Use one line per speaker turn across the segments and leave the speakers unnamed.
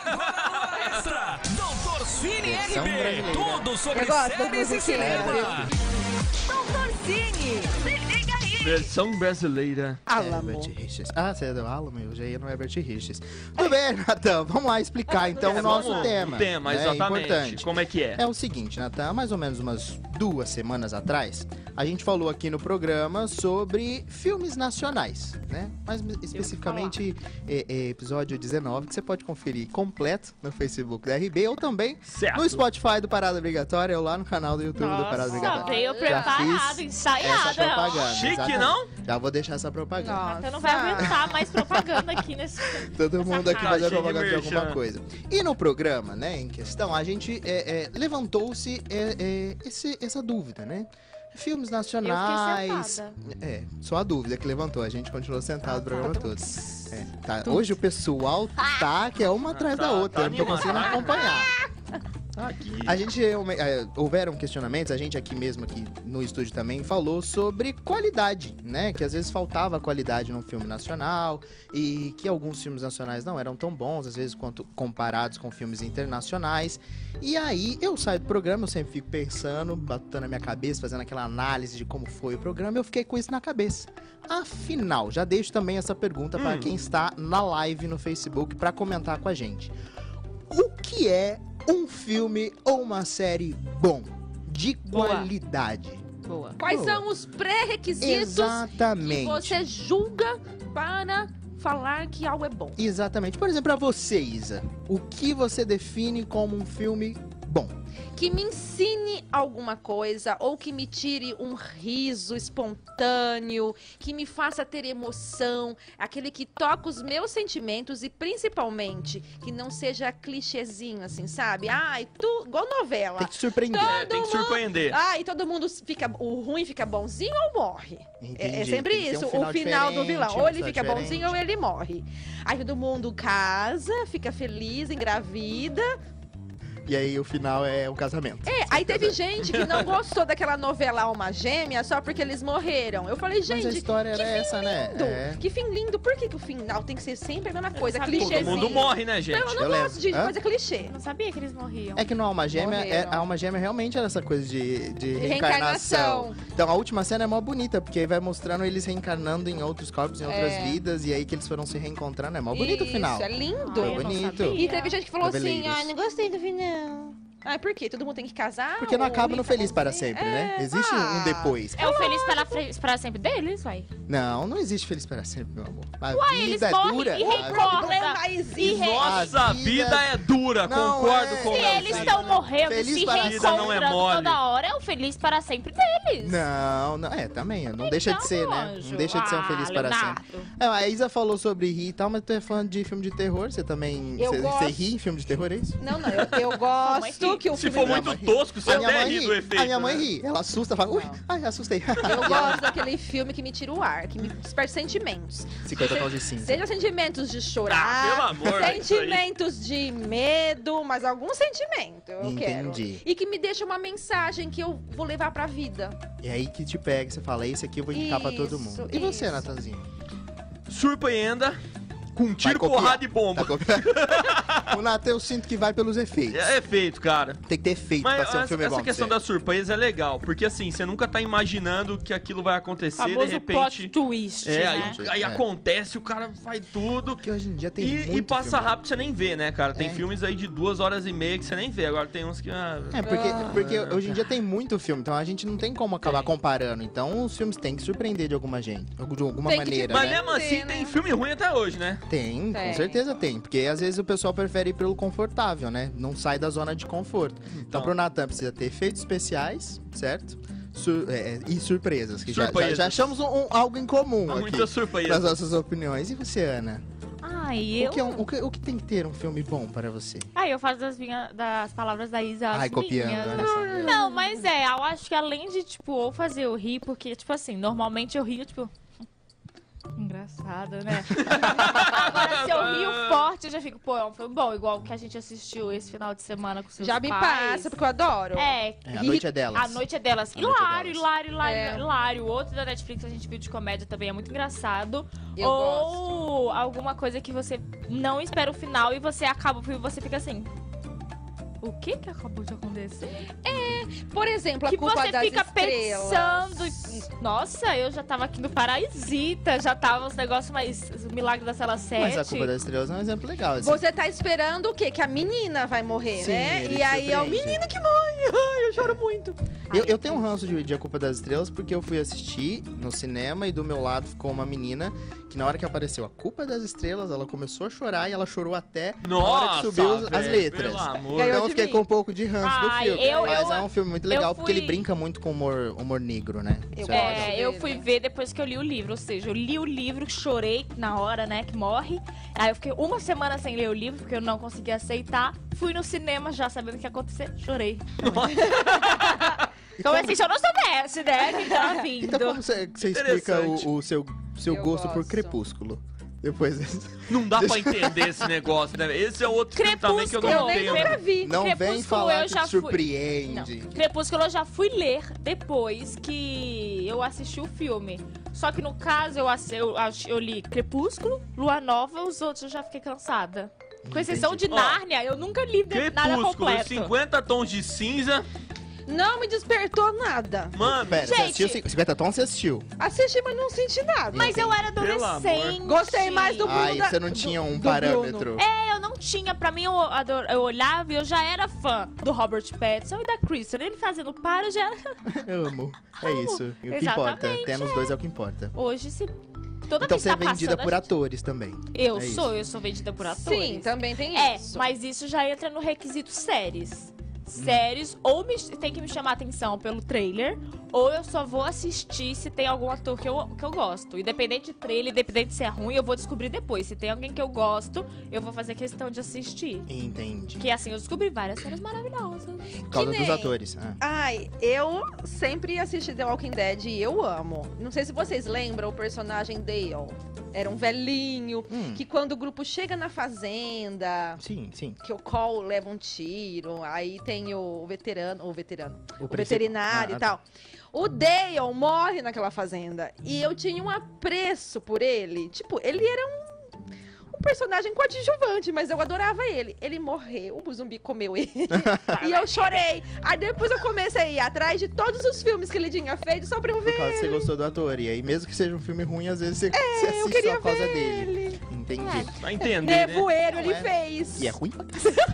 Extra, Doutor Cine
Versão
RB,
brasileira.
tudo sobre
Eu gosto da
séries e
musiquinha.
cinema.
Doutor Cine, se liga aí.
Versão brasileira.
Alamo.
Herbert Richards. Ah, você é do Alamo? Eu já ia no Herbert Richards. Tudo bem, Natan? Vamos lá explicar então o nosso
vamos-
tema.
O tema,
né?
exatamente.
Importante.
Como é que é?
É o seguinte, Natan, há mais ou menos umas duas semanas atrás, a gente falou aqui no programa sobre filmes nacionais, né? Mais especificamente é, é, episódio 19, que você pode conferir completo no Facebook da RB ou também
Certo.
no Spotify do Parada Obrigatória ou lá no canal do YouTube do Parada
Nossa,
Obrigatória.
veio
Já
preparado,
fiz
ensaiado.
Essa propaganda.
Chique,
exatamente.
não?
Já vou deixar essa propaganda.
Então não vai aguentar mais propaganda aqui nesse
Todo mundo aqui
Ah,
fazer
cheio de
propaganda de
merchan.
alguma coisa. E no programa, né, em questão, a gente é, é, levantou-se é, é, esse- essa dúvida, né? Filmes nacionais.
sentada.
É, só a dúvida que levantou. A gente continuou sentado
Tá,
o programa todo. É, tá, hoje o pessoal tá que é uma atrás
Tá-
da outra.
tá
eu não tô
animado,
conseguindo
tá?
acompanhar.
Tá aqui.
A gente, eh, uma- eh, houveram questionamentos, a gente aqui mesmo, aqui no estúdio também, falou sobre qualidade, né? Que às vezes faltava qualidade num filme nacional e que alguns filmes nacionais não eram tão bons, às vezes quanto comparados com filmes internacionais. E aí eu saio do programa, eu sempre fico pensando, batendo a minha cabeça, fazendo aquela análise de como foi o programa, eu fiquei com isso na cabeça. Afinal, já deixo também essa pergunta para
Hum.
quem está na live no Facebook para comentar com a gente. O que é um filme ou uma série bom? De
Boa.
qualidade.
Boa.
Quais
Boa.
são os pré-requisitos que
Exatamente.
você julga para falar que algo é bom?
Exatamente. Por exemplo, pra você, Isa, o que você define como um filme bom?
Que me ensine alguma coisa ou que me tire um riso espontâneo, que me faça ter emoção, aquele que toca os meus sentimentos e principalmente que não seja clichêzinho assim, sabe? Ai, tu, igual novela.
Tem que surpreender.
É, tem que surpreender.
Ah,
Ai, Ah, todo mundo fica o ruim fica bonzinho ou morre. É, é
Entendi,
sempre
tem que ter
isso,
um
o final do
diferente,
vilão.
uma
Ou ele
história
fica bonzinho ou
diferente.
ele morre. Aí todo mundo casa, fica feliz, engravida.
E aí o final é o casamento.
É, aí teve gente que não gostou daquela novela Alma Gêmea só porque eles morreram. Eu falei,
Mas a
gente,
história era
que fim
essa, né?
lindo!
É.
Que fim lindo! Por que, que o final tem que ser sempre a mesma coisa?
sabe, todo
Clichêzinho.
Todo mundo morre, né, gente?
Não, eu não
Eu
gosto
lembro.
de
Hã?
coisa clichê.
Eu não sabia que eles morriam.
É que no Alma Gêmea, é,
Morreram.
a Alma Gêmea realmente era essa coisa de, de reencarnação. Então a última cena é mó bonita, porque aí vai mostrando eles reencarnando em outros corpos, em outras
É.
vidas, e aí que eles foram se reencontrando. É mó bonito
Isso,
o final.
é
Ah,
lindo.
Ai, eu não
bonito.
sabia.
E teve gente que falou assim,
Noveleiros.
ai, não gostei do final. Ai, por quê? Todo mundo tem que casar?
Porque não
Ou
acaba
um
no
fica
Feliz para
bonzinho?
Sempre, né?
É,
Existe
ah.
um depois.
É o feliz para, fre- para sempre deles, vai.
Não, não existe Feliz para Sempre, meu amor. A
eles
vida é
morrem
dura.
e
a vida-
recorrem.
Problema existe.
Nossa, a vida,
vida
é dura,
não
concordo
é.
com
Se
Não,
eles
sim.
estão morrendo,
Feliz
se
para-
Vida não é
reencontrando
mole.
toda hora, é o feliz para sempre deles. Então,
Não, não, é, também, não deixa de ser, né? Não deixa de ser um Feliz
Ah,
Ah,
para Sempre.
sempre.
É, a Isa falou sobre rir e tal, mas tu é fã de filme de terror, você também...
Eu
Você, você
gosto.
ri em filme de terror, é isso?
Não, não, eu, eu
Sua
gosto
mãe
que o
Se
filme...
for
Minha
muito
mãe ri.
tosco, você
a minha
até
mãe
ri do efeito.
A minha mãe
né?
ri, ela assusta, fala, ui, ai, assustei.
é Eu gosto daquele filme que me tira o ar, que me desperta sentimentos.
50 tons de cinza.
Seja sentimentos de
Ah,
chorar,
pelo amor, é isso aí.
sentimentos de medo, mas algum sentimento eu
Entendi.
quero. E que me deixa uma mensagem que eu vou levar pra vida.
E aí que te pega, você fala, esse aqui eu vou indicar pra todo
Isso,
mundo. E você,
isso.
Natanzinho?
Surpreenda com tiro,
copiar.
porrada e bomba.
Tá com- o Natan, eu sinto que vai pelos efeitos.
É efeito, cara.
Tem que ter efeito
Mas
pra ser um
essa,
filme
essa
bom.
questão da surpresa é legal, porque assim, você nunca tá imaginando que aquilo vai acontecer,
Famoso
de
plot
repente.
twist,
É, aí,
né?
aí
É.
acontece, o cara faz tudo.
Porque hoje em dia tem
E,
muito
e passa
filme.
rápido, você nem vê, né, cara? Tem
É.
filmes aí de duas horas e meia que você nem vê. Agora tem uns que. ah,
É, porque, porque hoje em dia tem muito filme, então a gente não tem como acabar comparando. Então os filmes têm que surpreender de alguma gente, de alguma
Tem que te
maneira,
Mas
né?
mesmo assim,
Tem, né?
tem filme ruim até hoje, né?
Tem, com
Tem.
certeza tem. Porque às vezes o pessoal prefere ir pelo confortável, né? Não sai da zona de conforto. Então,
Então.
pro Natan precisa ter efeitos especiais, certo? Sur- é, é, e surpresas, que já-
Surpresas.
Já, já achamos um- um- algo em comum
Há
aqui.
muita surpresa.
Nas nossas opiniões. E você, Ana?
Ai,
O,
eu...
que é um- o que- o que tem que ter um filme bom para você?
Ai, eu faço das, minhas, das palavras da Isa as
Ai, copiando, né?
minhas.
olha só.
Não, mas é, eu acho que além de, tipo, ou fazer eu rir, porque, tipo assim, normalmente eu rio, tipo. Engraçado, né? Agora, se eu rio forte, parte eu já fico, pô, é um filme bom, igual o que a gente assistiu esse final de semana com seus
Já me
pais.
passa, porque eu adoro.
É,
É, a noite é delas.
A noite é delas.
A noite é
Hilário,
delas.
hilário, hilário,
É.
hilário. Outro da Netflix a gente viu de comédia também, é muito engraçado.
Eu
Ou alguma coisa que você não espera o final e você acaba o filme e você fica assim. O que que acabou de acontecer?
Por exemplo, a
que
culpa
você
das
fica
estrelas.
pensando. e- Nossa, eu já tava aqui no Paraisita, já tava os negócios mais. O milagre da sala 7.
Mas a Culpa das Estrelas é um exemplo legal. assim.
Você tá esperando o quê? Que a menina vai morrer,
Sim,
né?
ele
E aí é o
surpreende.
menino que morre. Ai, eu choro muito.
Eu, eu tenho um ranço de, de A Culpa das Estrelas porque eu fui assistir no cinema e do meu lado ficou uma menina que na hora que apareceu A Culpa das Estrelas, ela começou a chorar e ela chorou até na hora que
Nossa,
subiu as- as
velho,
letras.
Pelo amor.
Ganhou
Então eu
de
fiquei
mim.
com um pouco de ranço
Ai,
do filme.
eu-
mas
eu-
é um filme muito legal
eu
porque ele
fui-
brinca muito com humor, humor negro, né?
Eu gosto.
Isso legal.
É, eu fui ver depois que eu li o livro, ou seja, eu li o livro, chorei na hora, né, que morre. Aí eu fiquei uma semana sem ler o livro, porque eu não conseguia aceitar. Fui no cinema já sabendo o que ia acontecer, chorei.
E
Então,
como-
assim, se eu não soubesse, né, que tava vindo.
Então como você, você explica
Interessante.
o, o seu, seu
Eu
gosto por
gosto.
Crepúsculo? Depois desse-
Não dá pra entender esse negócio, né? Esse é outro filme também que eu
Crepúsculo.
não
Eu nem
tenho.
nunca vi.
Não vem
Crepúsculo
falar
eu já
que
fui.
surpreende.
Não. Crepúsculo eu já fui ler depois que eu assisti o filme. Só que no caso eu, ass- eu, ach- eu li Crepúsculo, Lua Nova, os outros eu já fiquei cansada. Com exceção de
Ó,
Nárnia, eu nunca li de- nada
Crepúsculo,
completo.
50 tons de cinza.
Não me despertou nada.
Mano,
Pera, você
Gente.
assistiu cin- 50 tons, você assistiu.
Assisti, mas não senti nada.
Mas eu era
Pelo amor.
adolescente.
Gostei mais do
Ai,
Bruno da-
você não tinha um
do
parâmetro.
É, eu não tinha. Pra mim, eu, ador- eu olhava e eu já era fã do Robert Pattinson e da Kristen. Ele fazendo para, eu já era...
Eu amo. É isso. E o que
Exatamente,
importa. Temos dois é o que importa.
Hoje, se... Toda
então
vez
você
que
é
tá
vendida
né,
passando,
por
a
atores também.
gente-
é
Eu
isso.
sou, eu sou vendida por atores.
Sim, então também tem
É,
isso.
mas isso já entra no requisito séries. Séries, ou me- tem que me chamar a atenção pelo trailer, ou eu só vou assistir se tem algum ator que eu, que eu gosto. Independente de trailer, independente se é ruim, eu vou descobrir depois. Se tem alguém que eu gosto, eu vou fazer questão de assistir.
Entendi.
Que assim, eu descobri várias séries maravilhosas.
Por causa
que
dos
nem-
atores. Ah.
Ai, eu sempre assisti The Walking Dead e eu amo. Não sei se vocês lembram o personagem Dale. Era um velhinho
Hum,
que quando o grupo chega na fazenda,
Sim, sim.
que o Cole leva um tiro, aí tem o veterano, o veterano,
O,
o
principal-
veterinário
Ah,
e tal. O Dale morre naquela fazenda e eu tinha um apreço por ele. Tipo, ele era um um personagem coadjuvante, mas eu adorava ele. Ele morreu, o zumbi comeu ele. e eu chorei. Aí depois eu comecei a ir atrás de todos os filmes que ele tinha feito só pra eu ver
Por causa que você gostou do ator. E aí, mesmo que seja um filme ruim, às vezes você, você
É, eu
assiste
queria É.
só por causa dele.
ele.
Entendi.
Tá entendendo, né?
Nevoeiro
Não
ele
é.
fez.
E é ruim?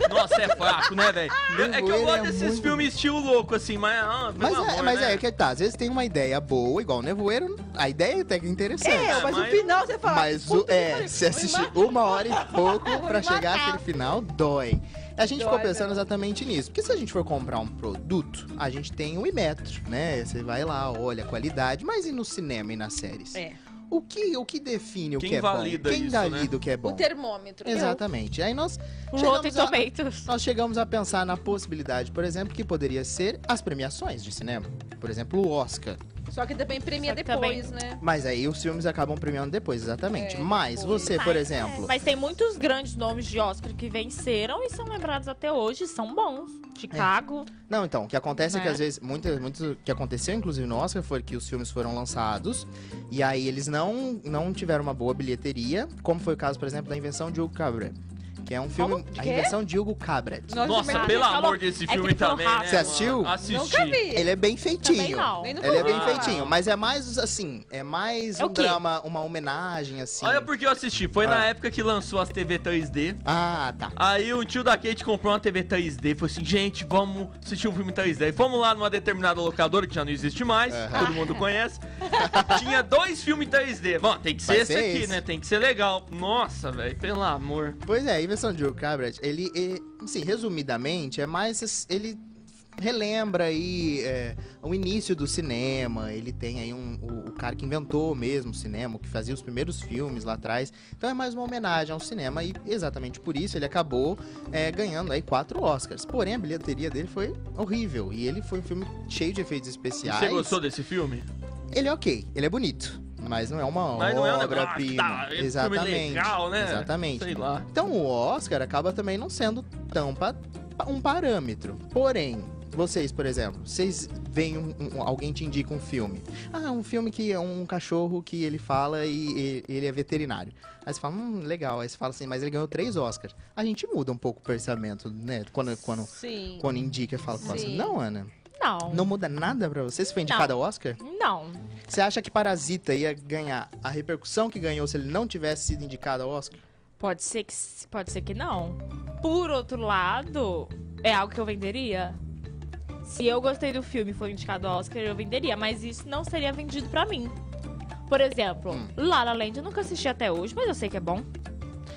Nossa, é fraco, né, velho? Eu- É que eu
Nevoeiro
gosto
é
desses
muito-
filmes estilo louco, assim, mas... Ah, pelo
Mas, é,
amor,
mas
né?
é que tá. Às vezes tem uma ideia boa, igual o Nevoeiro. A ideia é até que interessante.
É, mas no
mas-
final você fala.
Mas o,
"Puta que
é,
pariu,
se assistir
irmã".
uma hora e pouco pra
me
chegar
matar.
àquele final, dói. A gente ficou
Dói,
pensando
né?
exatamente nisso. Porque se a gente for comprar um produto, a gente tem o Imetro, né? Você vai lá, olha a qualidade, mas e no cinema e nas séries?
É.
O, que, o que define o
Quem
que é
valida
bom? Quem
isso,
dá
né?
vida o que é
O
bom?
termômetro. né?
Exatamente. Aí nós
Rotten
chegamos, a,
Tomatoes.
nós chegamos a pensar na possibilidade, por exemplo, que poderia ser as premiações de cinema. Por exemplo, o Oscar.
Só que também premia
Só que
depois, né?
Mas aí os filmes acabam premiando depois, exatamente.
É,
mas
depois.
você, por exemplo,
Mas tem muitos grandes nomes de Oscar que venceram e são lembrados até hoje, são bons. Chicago.
Não, então, o que acontece é que
Né?
às vezes, muitas, muitas, o que aconteceu inclusive no Oscar foi que os filmes foram lançados e aí eles não, não tiveram uma boa bilheteria, como foi o caso, por exemplo, da Invenção de Hugo Cabret, que é um filme,
Como?
a
Quê?
Invenção de Hugo Cabret.
Nós
Nossa,
também-
pelo
Falou-
amor desse
é que
filme
ele falou
também, né?
rápido.
Você assistiu?
mano? Assisti.
Nunca vi.
Ele é bem feitinho.
Também não. Ah.
Nem nunca
Ele é
ouvi
bem
falar.
feitinho, mas é mais assim, é mais
É o
um
quê?
drama, uma homenagem assim.
Olha porque eu assisti. Foi na
Ah.
época que lançou as TV 3D.
Ah, tá.
Aí um tio da Kate comprou uma TV 3D. Falou assim, gente, vamos assistir um filme 3D. E fomos lá numa determinada locadora, que já não existe mais.
Aham.
Todo mundo conhece. Tinha dois filmes 3D. Bom, tem que ser
Vai
esse
ser
aqui,
esse.
né? Tem que ser legal. Nossa, velho. Pelo amor.
Pois é, a invenção de Joe Cabret, ele, é, assim, resumidamente, é mais. es- Ele relembra aí é, o início do cinema. Ele tem aí um, o, o cara que inventou mesmo o cinema, que fazia os primeiros filmes lá atrás. Então é mais uma homenagem ao cinema e exatamente por isso ele acabou é, ganhando aí quatro Oscars. Porém, a bilheteria dele foi horrível. E ele foi um filme cheio de efeitos
E
especiais.
Você gostou desse filme?
Ele é ok, ele é bonito. Mas não é uma
Mas não é um negócio que
obra-prima.
tá, é filme
Exatamente.
legal, né?
Exatamente.
Sei lá.
Então o Oscar acaba também não sendo tão pa- um parâmetro. Porém, vocês, por exemplo, vocês veem um- um- alguém te indica um filme. Ah, um filme que é um cachorro que ele fala e, e- ele é veterinário. Aí você fala, hum, legal. Aí você fala assim, mas ele ganhou três Oscars. A gente muda um pouco o pensamento, né? Quando, quando,
Sim.
quando indica e fala, fala assim,
Sim.
não, Ana,
Não.
não muda nada pra você se foi indicada ao Oscar?
Não.
Você acha que Parasita ia ganhar a repercussão que ganhou se ele não tivesse sido indicado ao Oscar?
Pode ser que pode ser que não. Por outro lado, é algo que eu venderia. Se eu gostei do filme e foi indicado ao Oscar, eu venderia, mas isso não seria vendido pra mim. Por exemplo,
Hum.
La La Land eu nunca assisti até hoje, mas eu sei que é bom.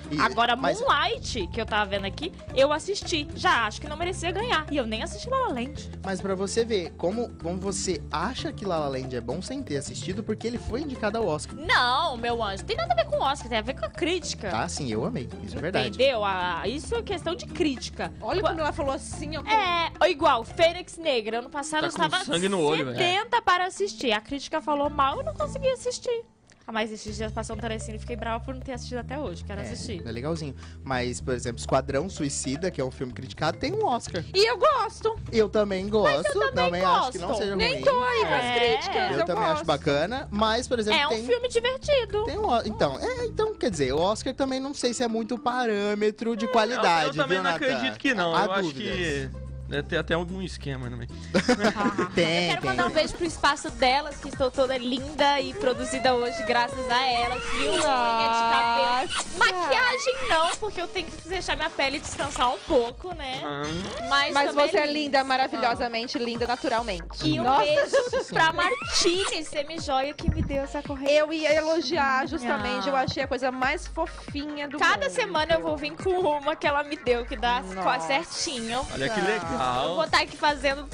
E-
Agora
mas,
Moonlight, que eu tava vendo aqui, eu assisti. Já acho que não merecia ganhar. E eu nem assisti La La Land.
mas para você ver como, como você acha que La La Land é bom sem ter assistido, porque ele foi indicado ao Oscar.
Não, meu anjo, tem nada a ver com o Oscar, tem a ver com a crítica.
Tá, sim, eu amei. Isso é verdade.
Entendeu? Ah, isso é questão de crítica.
Olha como ela falou assim, ó.
É, ou igual, Fênix Negra. Ano passado
Tá
eu
com
estava
sangue no olho, velho.
70 para assistir. A crítica falou mal, eu não consegui assistir. Ah, mas esses dias passou no Telecine e fiquei brava por não ter assistido até hoje. Quero assistir.
É, é legalzinho. Mas, por exemplo, Esquadrão Suicida, que é um filme criticado, tem um Oscar.
E eu gosto.
Eu também gosto, também, acho que não
gosto.
seja
Nem
ruim.
tô aí com as
É.
críticas.
Eu,
Eu,
também
gosto.
acho bacana, mas, por exemplo,
É um
tem...
filme divertido.
Tem o, Oscar. então, é, então, quer dizer, o Oscar também não sei se é muito parâmetro
É,
de qualidade.
Eu, eu também
viu,
não
Natan?
acredito que não.
Há
eu acho
dúvidas.
que. Deve ter até algum esquema no meio.
Tem,
Ah, Eu quero
tem.
mandar um beijo pro espaço delas, que estou toda linda e produzida hoje graças a elas, viu?
tá
Unha de cabelo. Maquiagem não, porque eu tenho que deixar minha pele descansar um pouco, né?
Ah,
Mas,
Mas
também
você é linda, maravilhosamente linda, naturalmente.
E um
Nossa,
beijo pra Martine, semijoia, que me deu essa correia.
eu ia elogiar justamente,
Ah.
eu achei a coisa mais fofinha do
Cada
mundo.
semana eu vou vir com uma que ela me deu, que dá
Nossa. Então-
quase certinho.
olha que
Eu vou
legal.
estar aqui fazendo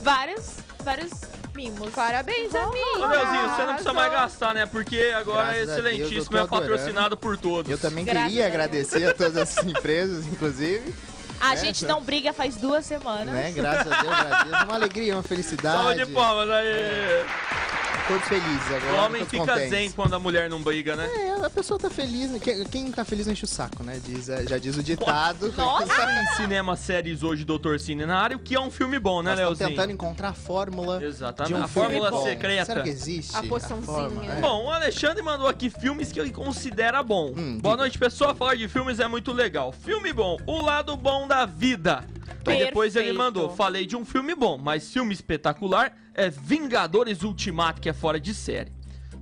vários, vários mimos.
Parabéns, amiga.
Ô, Melzinho, você não precisa mais gastar, né? Porque agora
Graças a Deus,
Excelentíssimo
eu
é
tô adorando.
patrocinado por todos.
Eu também
Graças
queria
a Deus.
agradecer a todas essas empresas, inclusive.
A gente não briga faz duas semanas.
Né? Graças a Deus, agradeço. Uma alegria, uma felicidade.
Salva de palmas
É,
aí.
Todos felizes
O
agora.
homem
todos
fica
contentes.
zen quando a mulher não briga, né?
É, a pessoa tá feliz. né? Quem, quem tá feliz não enche o saco, né? Diz, é, já diz o ditado. Nossa,
Sabe em cinema, séries hoje, Doutor Cine na área, o que é um filme bom, né,
Nós estamos
Leozinho?
tentando encontrar a fórmula
Exatamente.
de um
a
filme
fórmula
bom.
secreta.
Será que existe?
A poçãozinha.
fórmula? É.
Bom, o Alexandre mandou aqui filmes que ele considera bom.
Hum,
Boa
diga.
noite, pessoal. Falar de filmes é muito legal. Filme bom, o lado bom da vida. Aí depois ele
Perfeito.
mandou, falei de um filme bom, mas filme espetacular é Vingadores Ultimato, que é fora de série.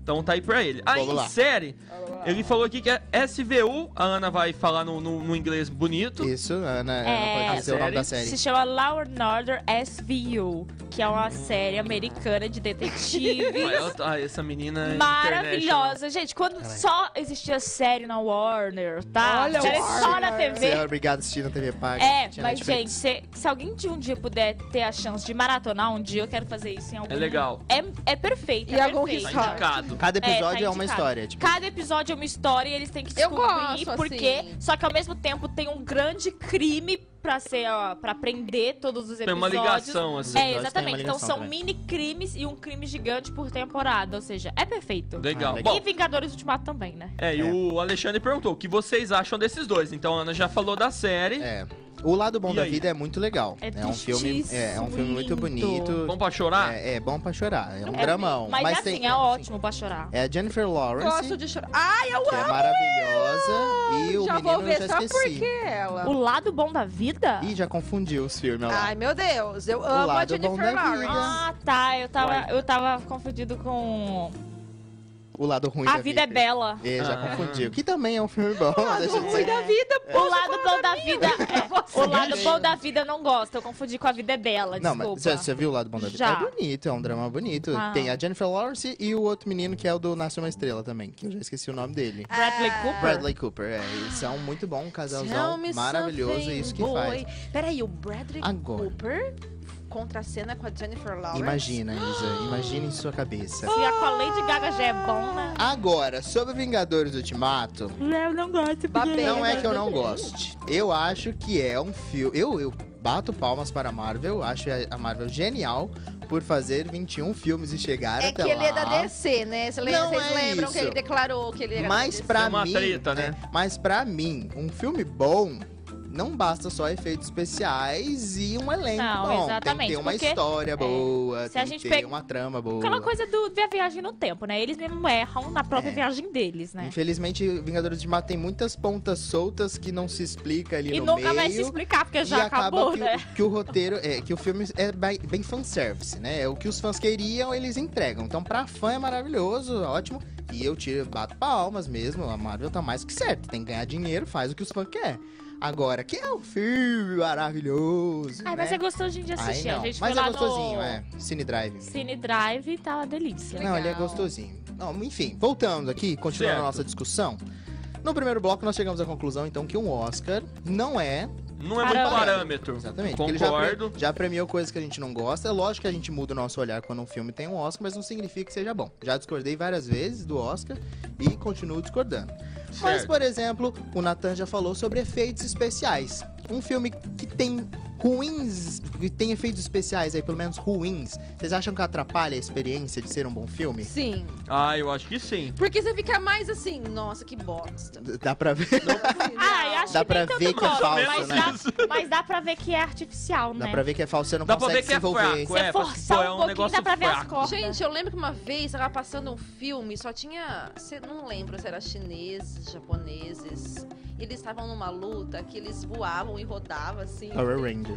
Então tá aí pra ele. Aí
Vamos
em
lá.
série, ele falou aqui que é SVU, a Ana vai falar no, no- no inglês bonito.
Isso, Ana,
É,
Ana pode dizer o nome
série.
da série.
Se chama Law and Order SVU, que é uma série americana de
Ah,
detetives.
eu- ah, essa menina é
Maravilhosa. Gente, quando só existia série na Warner, tá?
Olha,
Era só na
Warner.
TV.
Você é obrigado a assistir na TV Paga.
É,
tinha
mas
Netflix.
gente, se, se alguém de um dia puder ter a chance de maratonar um dia, eu quero fazer isso em algum...
É legal.
É, é perfeito,
E
é
algum
perfeito.
Tá indicado.
Cada
tá
episódio é, uma
indicado.
história. Tipo,
Cada episódio é uma história e eles têm que
Eu
descobrir
gosto,
por quê.
assim.
Só que ao mesmo tempo tem um grande crime pra ser, ó, pra prender todos os
Tem
episódios.
uma ligação, assim.
É,
Episódios têm uma
exatamente. Então
ligação
são
também.
mini crimes e um crime gigante por temporada. Ou seja, é perfeito.
Legal.
Ah, legal.
Bom,
E Vingadores Ultimato também, né?
É, e
É.
o Alexandre perguntou o que vocês acham desses dois. Então a Ana já falou da série.
é. O Lado Bom
E
da
aí?
Vida é muito legal.
É
um filme, é, é um filme muito
tristíssimo, lindo.
bonito.
Vamos pra chorar?
É, é bom pra chorar. É um
É,
dramão.
Mas, assim,
tem-
é ótimo pra chorar.
É a Jennifer Lawrence,
Gosto de chorar. Ai, eu
que é maravilhosa. E o
já
menino
vou ver
eu já
só
esqueci.
porque ela.
O lado bom da vida?
É. Ih, já confundiu os filmes olha lá.
Ai, meu Deus, eu amo a
lado bom
Jennifer
da vida.
Lawrence.
Ah, tá. Eu tava, eu tava confundido com.
O lado ruim
A
da
vida é bela.
É, já
Ah.
confundiu. Que também é um filme bom. deixa de
Ruim
ser.
da vida,
O lado bom da vida. é, O lado bom da vida eu não gosto. Eu confundi com a vida é bela.
Não,
Desculpa.
mas você, você viu o lado bom da vida?
Já.
É bonito, é um drama bonito.
Ah.
Tem a Jennifer Lawrence e o outro menino que é o do Nasce uma Estrela também, que eu já esqueci o nome dele. Ah.
Bradley Cooper?
Bradley Cooper, é. Eles são muito bom, um casalzão maravilhoso, é isso que faz.
Peraí, o Bradley
Agora.
Cooper contra a cena com a Jennifer Lawrence.
Imagina, Isa, imagine em sua cabeça.
Se a com a Lady Gaga já é bom, né?
Agora, sobre Vingadores Ultimato,
Tá
é
Não, eu não gosto.
Babei.
não é que é eu não goste. Eu acho que é um filme. Eu, eu bato palmas para a Marvel, acho a Marvel genial por fazer 21 filmes e chegar
É
até
que
lá.
ele é da DC, né? Vocês
Não
vocês
é
lembram
isso.
que ele declarou que ele era
Mas
da DC.
pra
É uma
mim,
treta, né?
é, mas para mim, um filme bom não basta só efeitos especiais e um elenco
Não,
bom. tem que
exatamente,
ter uma
porque, é,
história boa,
se
tem
a
que
gente
ter
pega-
uma trama boa.
Aquela coisa do, da viagem no tempo, né? Eles mesmo erram na própria
É.
viagem deles, né?
Infelizmente, Vingadores de Mar tem muitas pontas soltas que não se explica ali
E
no
nunca
meio.
vai se explicar, porque
e
já
acaba
acabou,
que, o-
né?
que o roteiro, é, que o filme é bem bem fanservice, né? É o que os fãs queriam, eles entregam. Então, pra fã é maravilhoso, ótimo. E eu tiro, bato palmas mesmo. A Marvel tá mais que certo. Tem que ganhar dinheiro, faz o que os fãs querem. Agora, que é um filme maravilhoso.
Ai, mas
né?
é gostosinho de
Aí
assistir.
não.
A gente
Mas
foi
é
lá
gostosinho,
no
é. Cine Drive.
Cine Drive e tá uma delícia.
Não, ele é
Legal.
gostosinho. Não, enfim, voltando aqui, continuando
Certo.
a nossa discussão. No primeiro bloco, nós chegamos à conclusão, então, que um Oscar não é.
Não é muito
Parâmetro.
parâmetro.
Exatamente. porque ele já pre-
Concordo.
já, premiou coisas que a gente não gosta. É lógico que a gente muda o nosso olhar quando um filme tem um Oscar, mas não significa que seja bom. Já discordei várias vezes do Oscar e continuo discordando. Mas,
Certo.
por exemplo, o Nathan já falou sobre efeitos especiais. Um filme que tem ruins, que tem efeitos especiais aí, pelo menos ruins. Vocês acham que atrapalha a experiência de ser um bom filme?
Sim.
Ah, eu acho que sim.
Porque você fica mais assim, nossa, que bosta.
D- Dá pra ver.
Ai, acho
Dá
que
pra
nem
ver
tanto
que é
gosto,
falso,
mas,
né?
dá, mas dá pra ver que é artificial,
Dá
né?
pra ver que é falso, você não
Dá pra
consegue
ver que é
se envolver.
fraco,
Se
é,
forçar
pô, é um
um, pouquinho,
negócio
dá pra ver as
fraco.
cordas.
Gente, eu lembro que uma vez tava passando um filme, só tinha. cê- Não lembro se era chineses, japoneses. E eles estavam numa luta que eles voavam e rodavam assim.
Power Ranger.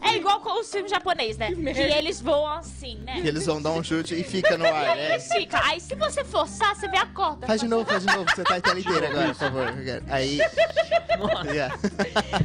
É igual com os filmes japoneses, né? Que, eles voam assim,
E
né?
eles vão dar um chute e fica no ar, né?
Eles ficam. Aí se você forçar, você vê a corda.
Faz de novo, faz de novo. Você tá a tela inteira agora, por favor. Aí. Yeah.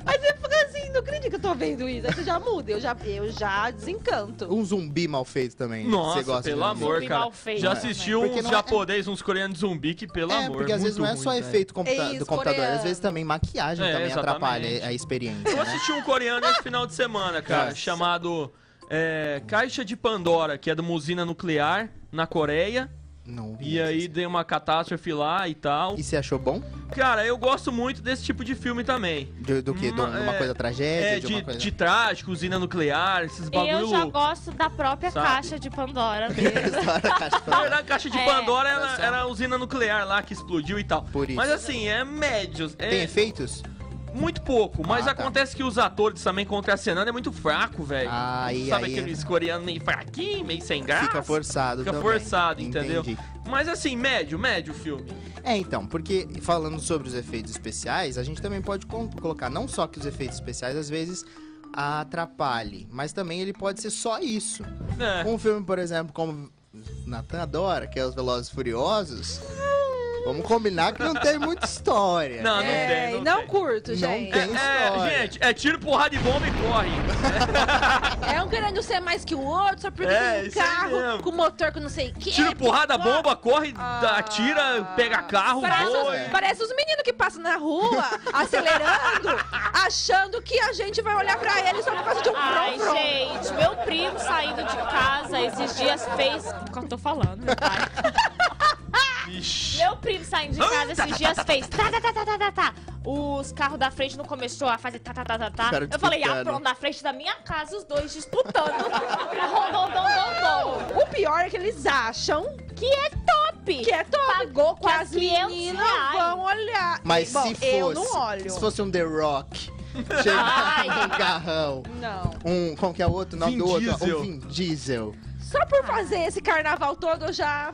Aí você fica assim, não acredito que eu tô vendo isso. Aí você já muda, eu já, eu já desencanto.
Um zumbi mal feito também.
Nossa,
você gosta de
pelo
zumbi.
amor,
Zumbi
cara.
mal feito,
Já
né?
assisti
Porque
uns
não é-
japoneses, uns coreanos zumbi que, pelo
É,
amor,
porque às vezes não
muito
é só
ruim, né?
efeito computa-
É isso,
do computador,
coreano.
às vezes também maquiagem
É,
também
exatamente.
atrapalha a experiência.
Eu
né?
assisti um coreano esse final de semana, cara,
Nossa.
chamado é, Caixa de Pandora, que é de uma usina nuclear na Coreia.
Não vi.
E aí deu uma catástrofe lá e tal.
E você achou bom?
Cara, eu gosto muito desse tipo de filme também.
Do, do que? De
Uma-
uma
é-
coisa tragédia?
É,
de,
de,
uma coisa.
de trágico, usina nuclear, esses um bagulho
Eu já
louco.
gosto da própria
Sabe?
caixa de Pandora mesmo.
História
Na
cachorra.
verdade, a caixa de
É.
Pandora era,
Era só-
era a usina nuclear lá que explodiu e tal.
Por isso.
Mas assim, é médio.
Tem
É
efeitos?
muito pouco. Mas
Ah, tá.
acontece que os atores também contracenando é muito fraco, velho.
Ah, e
Sabe
aí-
aqueles coreanos meio fraquinho, meio sem graça?
Fica forçado
Fica
também.
forçado, entendeu?
Entendi.
Mas assim, médio, médio o filme.
É, então, porque falando sobre os efeitos especiais, a gente também pode con- colocar não só que os efeitos especiais às vezes atrapalhe, mas também ele pode ser só isso.
É.
Um filme, por exemplo, como Nathan adora, que é Os Velozes e Furiosos, vamos combinar que não tem muita história.
Ah, Não, não
é,
tem,
e
não
não,
tem.
curto,
Não
gente.
tem. história.
É, gente, é tiro, porrada e bomba e corre.
É um querendo ser mais que o outro, só porque
É,
tem um
isso aí
carro
mesmo.
com motor que não sei o quê.
Tira porrada,
pipoca.
bomba, corre,
Ah.
atira, pega carro,
Parece,
voa.
é.
parece os meninos que passam na rua, acelerando, achando que a gente vai olhar pra eles só por causa de um
Ai,
pronto.
gente, meu primo saindo de casa esses dias fez. O que eu tô falando, meu pai?
Ixi.
Meu primo saindo de casa esses dias fez. Tá, tá, tá, tá, tá, tá, tá. Os carros da frente não começou a fazer tá, tá, tá, tá, tá.
Ficaram
Eu falei, ah,
disputando.
pronto, na frente da minha casa, os dois disputando. Rondon, dom, dom, dom.
O pior é que eles acham
Que é top!
que é todo
Pagou
que as
quase 500
meninas
reais.
vão olhar.
Mas
Bom,
se fosse,
eu não olho.
se fosse um The Rock, chegar um carrão,
Não.
um, como que é o outro? Não,
Vin
do outro,
Diesel.
um Vin Diesel.
Só por fazer esse carnaval todo, eu já...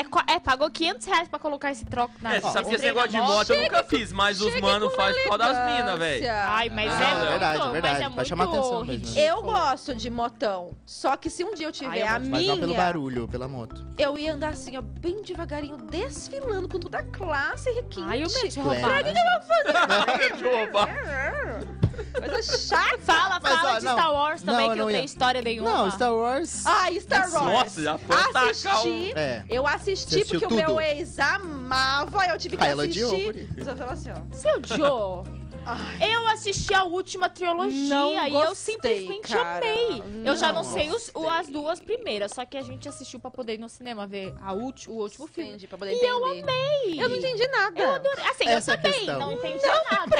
É, co- é, pagou 500 reais pra colocar esse troco
Tá
na
É, você sabe que esse
Entrei na
negócio de
moto.
moto eu nunca fiz, mas os
Cheguei
mano
com
faz pau das
elegância.
minas, velho.
Ai, mas
Ah,
é,
é
muito,
verdade, é
mas
verdade.
é
Vai chamar
muito
atenção mesmo.
ridículo.
Eu gosto de motão. Só que se um dia eu tiver
Ai, eu
a
gosto,
Mas não pelo
minha,
barulho, pela moto.
eu ia andar assim, ó, bem devagarinho, desfilando com toda a classe requinte.
Ai, eu meti
Claro.
roubada.
Deixa eu roubar.
Coisa chata.
Fala,
Mas,
fala
ó,
de
não.
Star Wars também,
Não,
que
eu
eu
não
tenho
ia.
história nenhuma.
Não, Star Wars...
Ai, Star Wars.
Nossa, já foi um- atacar
Assisti.
o-
É.
Eu assisti
Você assistiu
porque o meu
tudo?
ex amava, eu tive que
Ah, ela
assistir.
odiou por isso.
Só falou assim, ó.
Seu Joe, eu assisti a última trilogia
Não
e eu
gostei,
simplesmente
cara.
amei. Eu já não
Não
sei os- o- as duas primeiras, só que a gente assistiu pra poder ir no cinema ver a ulti- o último filme.
Entendi, pra poder
E eu
entender.
amei.
Eu não entendi nada.
Eu adorei. Assim,
Essa é
eu
a
também
questão.
não entendi nada.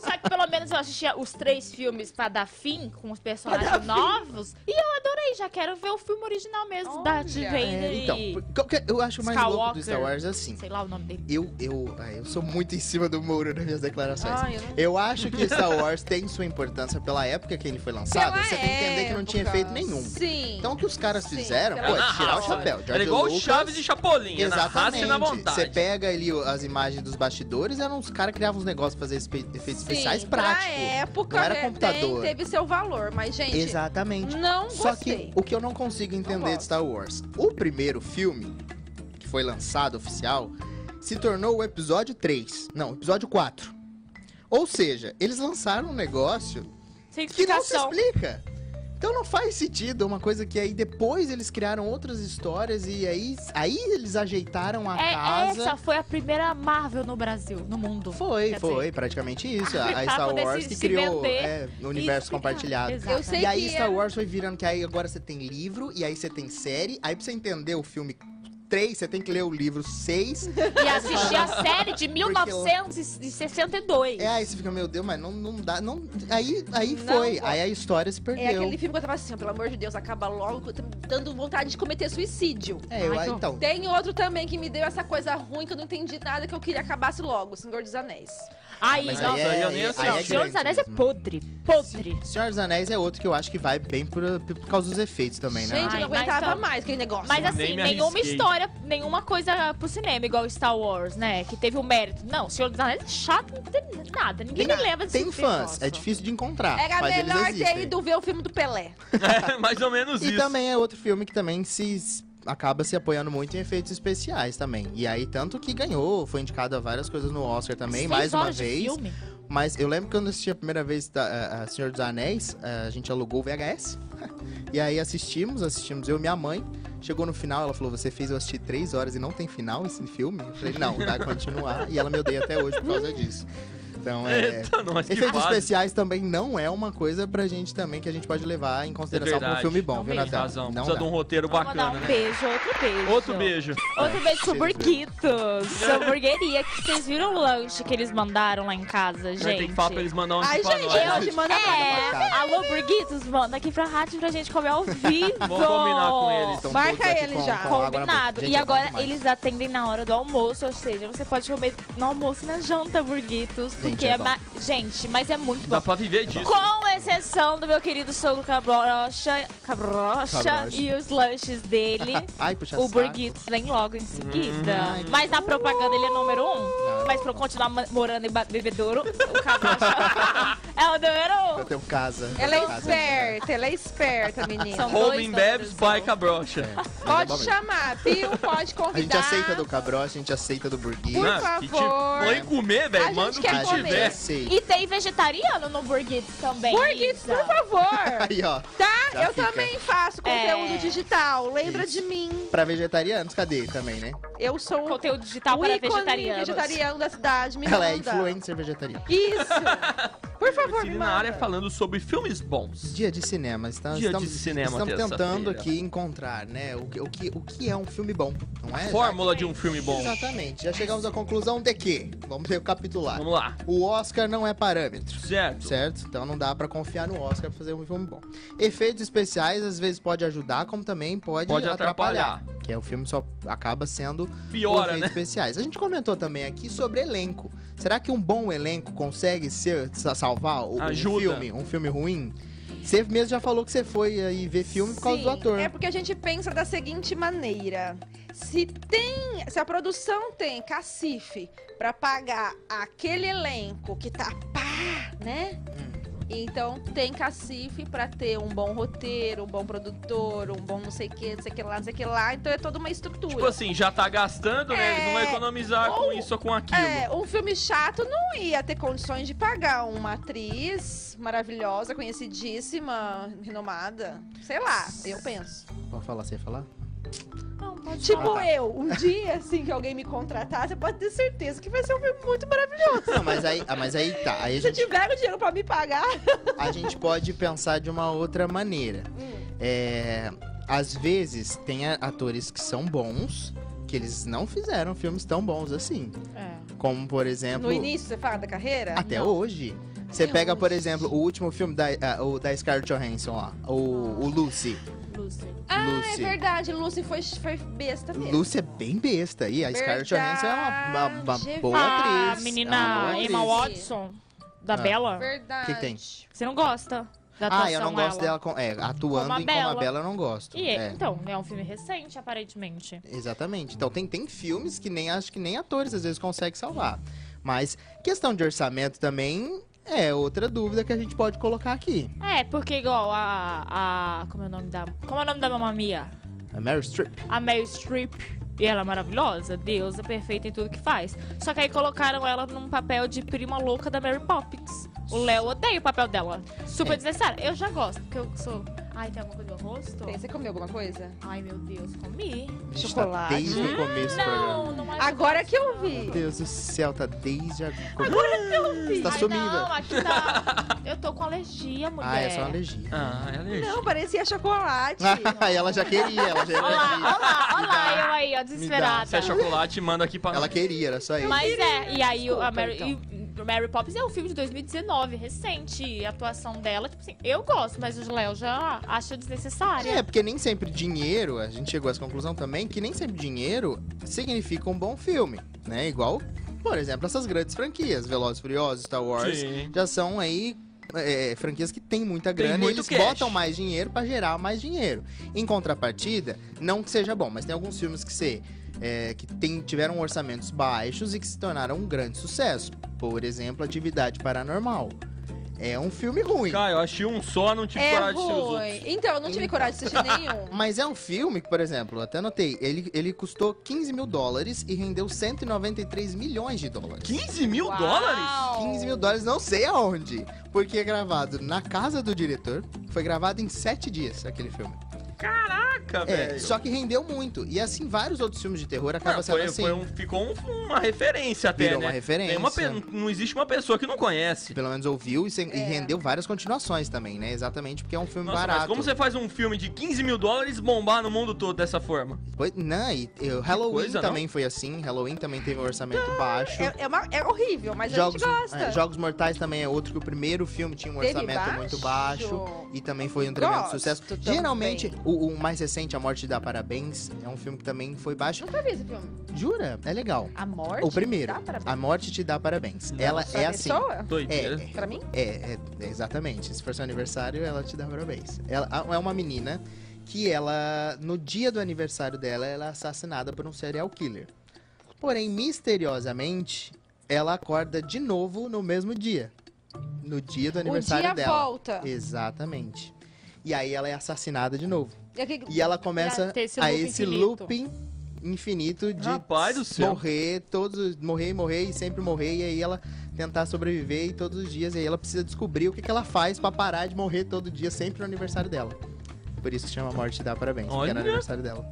Só que pelo menos eu assistia os três filmes pra dar fim com os personagens novos. E eu adorei, já quero ver o filme original mesmo,
Olha.
Darth Vader
É, então,
e...
por- qual que é- eu acho mais louco do Star
Skywalker.
Wars assim.
Sei lá o nome dele.
Eu, eu, ah, eu sou muito em cima do Moro nas minhas declarações.
Ai, eu não-
Eu acho que Star Wars tem sua importância pela época que ele foi lançado.
Pela
você tem que entender que não tinha
é época.
efeito nenhum.
Sim.
Então o que os caras
Sim,
fizeram,
pela
pô,
época.
é tirar o chapéu.
Era
George
igual
Lucas,
Chaves e Chapolin, é na raça e na
Exatamente.
vontade.
Você pega ali o- as imagens dos bastidores, eram os caras que criavam uns negócios pra fazer espe- efeitos
Sim,
especiais
pra
práticos.
época,
não era
né,
computador.
tem- teve seu valor, mas, gente,
Exatamente.
não
Só
gostei.
que o que eu não consigo entender de
gosto.
Star Wars, o primeiro filme que foi lançado oficial se tornou o episódio 3. Não, episódio 4. Ou seja, eles lançaram um negócio
Sem
que não se
explicação.
explica. Então não faz sentido uma coisa que aí depois eles criaram outras histórias e aí, aí eles ajeitaram a
É,
casa.
essa foi a primeira Marvel no Brasil, no mundo.
Foi,
Quer
foi, praticamente isso.
pra
A Star
poder
Wars
se-
que
se
criou
vender
é, o universo
explicar.
compartilhado.
Exato.
Eu sei
E aí
que
Star
era-
Wars foi virando que aí agora você tem livro, e aí você tem série, aí pra você entender o filme 3, você tem que ler o livro 6.
E assisti a série de
eu-
1962.
é, aí você fica, meu Deus, mas não, não dá. Não... Aí, aí
Não,
foi.
não.
aí a história se
É
perdeu.
aquele filme que eu tava assim, ó, pelo amor de Deus, acaba logo, tá me dando vontade de cometer suicídio.
É, eu,
Ai, que
então.
Tem outro também que me deu essa coisa ruim que eu não entendi nada que eu queria acabasse logo, O Senhor dos Anéis.
Aí,
Mas
nossa,
aí é-
eu nem
aí
assisti.
é
não, Senhor dos
grande
Anéis é
mesmo.
podre. Podre.
Senhor dos Anéis é outro que eu acho que vai bem por, por causa dos efeitos também, né?
Gente, eu não
Ai, mas
aguentava
então-
mais aquele negócio.
Mas assim,
Nem me
nenhuma
arrisquei.
história, nenhuma coisa pro cinema, igual Star Wars, né? Que teve o mérito. Não, Senhor dos Anéis é chato, não tem nada. Ninguém me lembra desse
Tem fãs,
negócio.
é difícil de encontrar.
Era
mas eles
melhor ter
existem.
ido ver o filme do Pelé.
É, mais ou menos
E
isso.
também é outro filme que também se acaba se apoiando muito em efeitos especiais também. E aí tanto que ganhou, foi indicado a várias coisas no Oscar também,
Seis
mais uma
horas de
vez.
filme.
Mas eu lembro que quando eu assisti a primeira vez da, a- a Senhor dos Anéis, eh, a gente alugou o VHS. E aí assistimos, assistimos eu e minha mãe. Chegou no final, ela falou: Você fez eu assistir três horas e não tem final esse filme? Eu falei: Não, vai continuar. E ela me odeia até hoje por causa disso. Então é.
Eita, nós que
Efeitos
fase.
especiais também não é uma coisa pra gente também que a gente pode levar em consideração como um
verdade.
filme bom, viu,
Não
Tem
Natan?
razão.
Não
Precisa
dá.
de um roteiro
Vou mandar
bacana,
um
né?
beijo, outro beijo.
Outro beijo.
Outro beijo pro
Cheiro.
Burguitos. Sua hamburgueria, que vocês viram o lanche que eles mandaram lá em casa, gente.
Tem que falar pra eles mandar um
Ai,
aqui pra
gente,
nós.
eu acho- manda pra
é,
mandar.
alô, Burguitos, manda aqui pra rádio pra gente comer ao vivo.
Vamos combinar com eles.
Então,
Marca
todos aqui
ele já.
com água na boca.
Combinado.
Gente,
e
é bom
agora
demais.
eles atendem na hora do almoço, ou seja, você pode comer no almoço e na janta, Burguitos.
Gente,
Porque
é
é,
bom.
ma- Gente, mas é muito
Dá
bom.
pra viver disso.
Com exceção do meu querido sogro Cabrocha, Cabrocha,
Cabrocha.
e os lanches dele.
Ai, puxa
O
saco. Hum.
Burguitos vem logo em seguida.
Ai,
Mas na propaganda ele é número um. Mas pra eu continuar ma- morando em Ba- Bebedouro, o Cabrocha é o número
Eu
um.
tenho casa.
Ela é
eu tenho casa, né?
esperta, ela é esperta, menina.
São
Home Bebs
dois
by Cabrocha.
Mas é bom
Pode
mesmo.
chamar, viu? Pode convidar.
A gente aceita do Cabrocha, a gente aceita do Burguinho.
Por
Não,
favor.
que te- Foi comer,
A
velho.
gente
Manda o
quer
que
a
comer.
tiver.
gente aceita.
E tem vegetariano no Burguitos também.
Burguitos,
Isa.
por favor.
Aí, ó.
Tá?
Já
eu
fica.
também faço conteúdo
É.
digital. Lembra
Isso.
de mim.
Pra vegetarianos, cadê também, né?
Eu sou um
Conteúdo digital
o
para
ícone
vegetarianos.
vegetariano da cidade. Me
Ela é
manda.
influencer vegetariana.
Isso. Por favor, me
Cine na área
manda.
falando sobre filmes bons.
Dia de cinema. Estamos,
Dia de
estamos-
cinema,
Estamos tentando
terça-feira.
aqui encontrar, né? O que, o, que, o que é um filme bom, não é?
Fórmula de um filme bom.
Exatamente. Já chegamos à conclusão de que, vamos recapitular,
Vamos lá.
o Oscar não é parâmetro.
Certo.
Certo? Então não dá pra confiar no Oscar pra fazer um filme bom. Efeitos especiais às vezes pode ajudar, como também pode,
Pode
atrapalhar,
atrapalhar.
Que é o filme só acaba sendo os
Piora,
efeitos
né?
especiais. A gente comentou também aqui sobre elenco. Será que um bom elenco consegue ser, sa- salvar o, um
Ajuda.
filme, um filme ruim? Você mesmo já falou que você foi aí ver filme por causa
Sim,
do ator.
É porque a gente pensa da seguinte maneira: se tem, se a produção tem cacife pra pagar aquele elenco que tá pá, né?
Hum.
Então tem cacife pra ter um bom roteiro, um bom produtor, um bom não sei o que, não sei o que lá, não sei o que lá. Então é toda uma estrutura.
Tipo assim, já tá gastando, né? Eles não vão
É.
economizar
Ou-
com isso ou com aquilo.
É, um filme chato não ia ter condições de pagar uma atriz maravilhosa, conhecidíssima, renomada. Sei lá, eu penso.
Pode falar sem falar?
Não, pode
Tipo
Ah, tá.
eu, um dia assim que alguém me contratar, você pode ter certeza que vai ser um filme muito maravilhoso.
Não, mas aí, ah, mas aí tá. Aí a
Se
gente,
tiver o dinheiro pra me pagar.
a gente pode pensar de uma outra maneira. É, às vezes tem a- atores que são bons, que eles não fizeram filmes tão bons assim.
É.
Como, por exemplo,
No início, você fala da carreira?
até
não.
hoje. Você pega, por exemplo, o último filme da, ah, o da Scarlett Johansson, ó. O, o Lucy.
Lúcia.
Ah,
Lucy.
é verdade. Lucy foi, foi besta mesmo.
Lucy é bem besta. E a Scarlett Johansson é uma, uma- uma
Verdade.
boa
A
atriz.
ah, menina
é uma
Emma
boa atriz.
Watson, da
Ah.
Bela.
Verdade.
Que tem?
Você não gosta da atuação
Ah, eu não gosto
ela.
dela com- é, atuando
Como a
em Como a
Bela.
Bela, eu não gosto.
E, é.
É,
Então, é um filme recente, aparentemente.
Exatamente. Então tem, tem filmes que nem acho que nem atores às vezes conseguem salvar. Mas questão de orçamento também é outra dúvida que a gente pode colocar aqui.
É, porque igual a. a como é o nome da. Como é o nome da mamamia?
A Meryl Streep.
A Meryl Streep. E ela é maravilhosa, deusa, perfeita em tudo que faz. Só que aí colocaram ela num papel de prima louca da Mary Poppins. O Léo odeia o papel dela. Super
É.
desnecessário. Eu já gosto, porque eu sou. Ai, tem alguma coisa no rosto?
Tem, Você comeu alguma coisa?
Ai, meu Deus, comi.
A gente
Chocolate.
Tá desde o começo do programa.
Não, não é
Agora que eu
Meu
vi.
Deus do céu, tá desde agora.
Você
tá sumida.
Não, aqui tá. Eu tô com alergia, mulher.
Ah, é só uma alergia.
Ah, é alergia.
Não, parecia chocolate.
Ah. ela já queria, ela já
Olha lá, olha
queria.
lá, olha lá, eu aí, ó,
Se
desesperada.
é chocolate, manda aqui pra
Ela
nós.
queria, era só isso.
Mas é, e aí o- a
Desculpa,
Mary,
então.
e o Mary Poppins é um filme de 2019, recente. E a atuação dela, tipo assim, eu gosto, mas o Léo já acha desnecessária.
É, porque nem sempre dinheiro, a gente chegou a essa conclusão também, que nem sempre dinheiro significa um bom filme, né? Igual, por exemplo, essas grandes franquias, Velozes e Furiosos, Star Wars,
Sim.
já são aí é, franquias que têm muita
Tem
grana e
muito
eles
cash.
botam mais dinheiro pra gerar mais dinheiro. Em contrapartida, não que seja bom, mas tem alguns filmes que você é, que tem- tiveram orçamentos baixos e que se tornaram um grande sucesso. Por exemplo, Atividade Paranormal. É um filme ruim.
Cara, eu achei um só, não tive
É
coragem de assistir os
ruim.
outros.
Então, eu não tive coragem de assistir nenhum.
Mas é um filme que, por exemplo, eu até anotei, ele, ele custou 15 mil dólares e rendeu 193 milhões de dólares.
15 mil dólares?
15 mil dólares não sei aonde, porque é gravado na casa do diretor, foi gravado em 7 dias aquele filme.
Caraca,
É,
velho.
só que rendeu muito. E assim, vários outros filmes de terror acabam
Não,
sendo
foi-
assim.
foi um- ficou um- uma referência até,
Virou
né?
uma referência.
Tem uma pe- não existe uma pessoa que não conhece.
Pelo menos ouviu e, se- e
É.
rendeu várias continuações também, né? Exatamente porque é um filme
Nossa,
barato.
mas como você faz um filme de 15 mil dólares bombar no mundo todo dessa forma?
Pois- não, e, e o Halloween
coisa, não? Tá,
também foi assim. Halloween também teve um orçamento baixo.
É, é uma- é horrível, mas a gente gosta.
é, Jogos Mortais também é outro que o primeiro filme tinha um
Teve
orçamento
baixo?
muito baixo e também foi um tremendo
Gosto
sucesso.
também.
Geralmente, o, o mais recente, A Morte dá Parabéns, é um filme que também foi baixo.
Nunca vi esse filme.
Jura? É legal.
A morte?
O primeiro,
Dá pra ver?
A Morte te dá parabéns.
Nossa,
Ela
Pra
é assim.
pessoa?
É,
Doideira.
é,
Pra mim?
é, é, é, exatamente. Se for seu aniversário, ela te dá parabéns. Ela a- é uma menina que ela, no dia do aniversário dela, ela é assassinada por um serial killer. Porém, misteriosamente, ela acorda de novo no mesmo dia. No dia do
O
aniversário
dia
dela.
volta.
Exatamente. E aí ela é assassinada de novo.
E aqui-
E ela começa
Pra ter esse
a
loop
esse
infinito.
looping infinito de
Rapaz do céu.
morrer, todos morrer, morrer e sempre morrer e aí ela tentar sobreviver e todos os dias e aí ela precisa descobrir o que, que ela faz pra parar de morrer todo dia sempre no aniversário dela. Por isso que chama Morte dá parabéns, porque é no
Olha.
aniversário dela.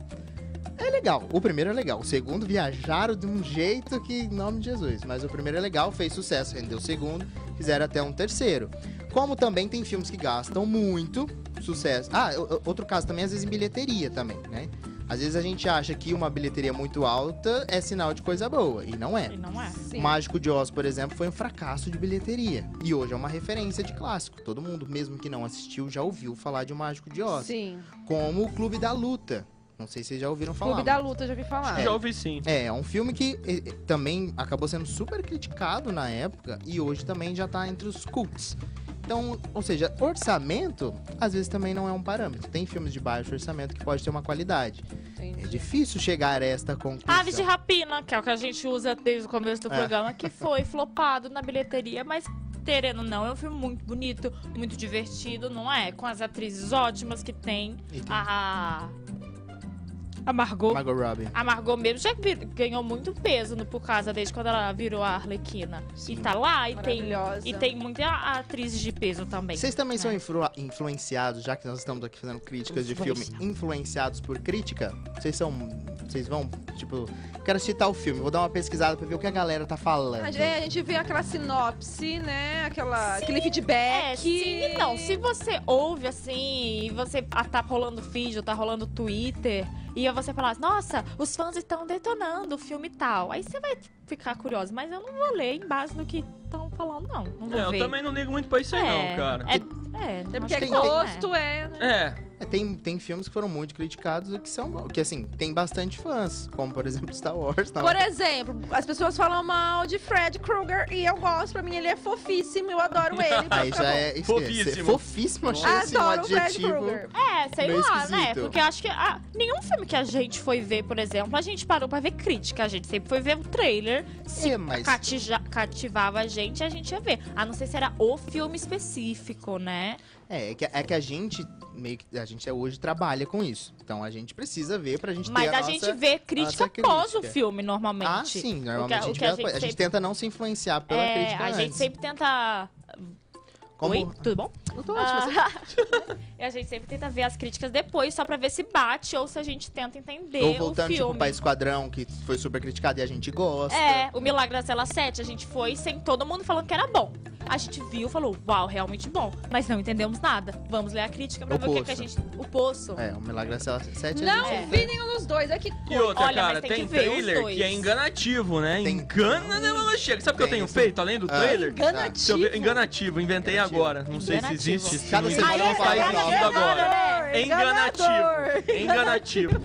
É legal. O primeiro é legal. O segundo viajaram de um jeito que em nome de Jesus, mas o primeiro é legal, fez sucesso, rendeu o segundo, fizeram até um terceiro. Como também tem filmes que gastam muito sucesso. Ah, o- o- outro caso também, às vezes em bilheteria também, né? Às vezes a gente acha que uma bilheteria muito alta é sinal de coisa boa, e não é.
E não é.
Sim.
O Mágico de Oz, por exemplo, foi um fracasso de bilheteria. E hoje é uma referência de clássico. Todo mundo, mesmo que não assistiu, já ouviu falar de O Mágico de Oz.
Sim.
Como o Clube da Luta. Não sei se vocês já ouviram falar.
Clube da Luta, eu já ouvi falar.
Já ouvi sim.
É, é um filme que eh, eh, também acabou sendo super criticado na época e hoje também já tá entre os cults. Então, ou seja, orçamento às vezes também não é um parâmetro. Tem filmes de baixo orçamento que pode ter uma qualidade. É
Entendi.
difícil chegar a esta conclusão.
Aves de Rapina, que é o que a gente usa desde o começo do
É.
programa, que foi flopado na bilheteria, mas terendo não, é um filme muito bonito, muito divertido, não é? Com as atrizes ótimas que tem.
E tem
A. A Margot.
Margot Robbie.
A Margot mesmo já vi- ganhou muito peso no, por causa desde quando ela virou a Arlequina. E tá lá e tem.
Maravilhosa.
E tem muita atriz de peso também.
Vocês também são
É.
influ- influenciados, já que nós estamos aqui fazendo críticas de filme, influenciados por crítica? Vocês são. Vocês vão, tipo, quero citar o filme, vou dar uma pesquisada pra ver o que a galera tá falando.
A gente- é, a gente vê aquela sinopse, né? Aquela, aquele feedback.
É, sim e
então,
não. Se você ouve assim, e você ah, tá rolando feed, ou tá rolando Twitter, e aí você fala, assim, nossa, os fãs estão detonando o filme tal. Aí você vai ficar curioso, mas eu não vou ler em base no que estão falando, não. Não vou
É, eu
ver.
também não ligo muito pra isso aí, não, cara.
É, é,
É
acho
porque
que
é
tem-
gosto, é. né?
É,
É, tem, tem filmes que foram muito criticados e que são. Que assim, tem bastante fãs. Como por exemplo Star Wars. Não.
Por exemplo, as pessoas falam mal de Fred Krueger e eu gosto, pra mim ele é fofíssimo, eu adoro ele.
Aí já
acabou.
é.
Fofíssimo.
é fofíssimo, achei assim, um
Adoro o Fred
adjetivo.
Krueger.
É, sei
Meio
lá, né?
esquisito.
Porque eu acho que ah, nenhum filme que a gente foi ver, por exemplo, a gente parou pra ver crítica. A gente sempre foi ver o trailer. Se
É, mas-
catija- cativava a gente, a gente ia ver. A não ser se era o filme específico, né?
É, é que, é que a gente meio que. A gente hoje trabalha com isso. Então a gente precisa ver pra gente
Mas
ter
a,
a,
gente
nossa-
vê crítica
crítica.
após o filme, normalmente.
Ah, sim,
O que
normalmente
a-
a,
o
gente
que
vê
a
as
gente
coisas. a gente
sempre-
tenta não se influenciar pela
É,
crítica
a gente
antes.
sempre tenta.
Como-
Oi, tudo bom?
Eu tô ótimo, assim.
Ah, e a gente sempre tenta ver as críticas depois, só pra ver se bate ou se a gente tenta entender
Ou
o
voltando,
filme.
tipo, pra Esquadrão, que foi super criticado e a gente gosta.
É, o Milagre da Cela 7, a gente foi sem todo mundo falando que era bom. A gente viu, falou, uau, realmente bom. Mas não entendemos nada. Vamos ler a crítica pra
O
ver o que, que a
poço.
gente. O poço.
É, o Milagre da Cela 7
Não
É.
vi nenhum dos dois, é que
e outra,
Olha,
cara,
mas
tem,
tem que ver os
trailer
dois.
que é enganativo, né?
Tem-
Engana, né, ela chega. Sabe o que eu
Tem,
tenho
sim.
feito, além do
Ah.
trailer?
Enganativo.
Deixa eu ver. Enganativo, inventei
Enganativo.
agora. Não sei se
Enganativo.
existe. se
Cada
não
semana
existe,
eu falo
faz
nova.
sentido agora.
é Enganador,
Enganativo. Enganativo.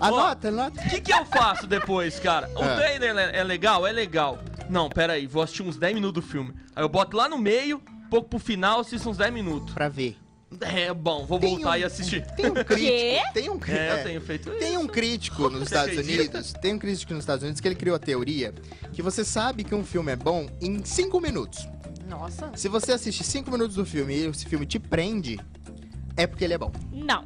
Anota, anota.
O que, que eu faço depois, cara? O
Ah.
trailer é é legal? É legal. Não, pera aí, vou assistir uns 10 minutos do filme. Aí eu boto lá no meio, um pouco pro final, assisto uns 10 minutos.
Pra ver.
É bom, vou
Tem
voltar
um-
e assistir.
Tem um
Quê?
crítico. Tem um crítico.
É, eu tenho feito isso.
Tem um crítico nos Estados
acredita?
Unidos, tem um crítico nos Estados Unidos que ele criou a teoria que você sabe que um filme é bom em 5 minutos.
Nossa.
Se você assiste 5 minutos do filme e esse filme te prende, é porque ele é bom.
Não.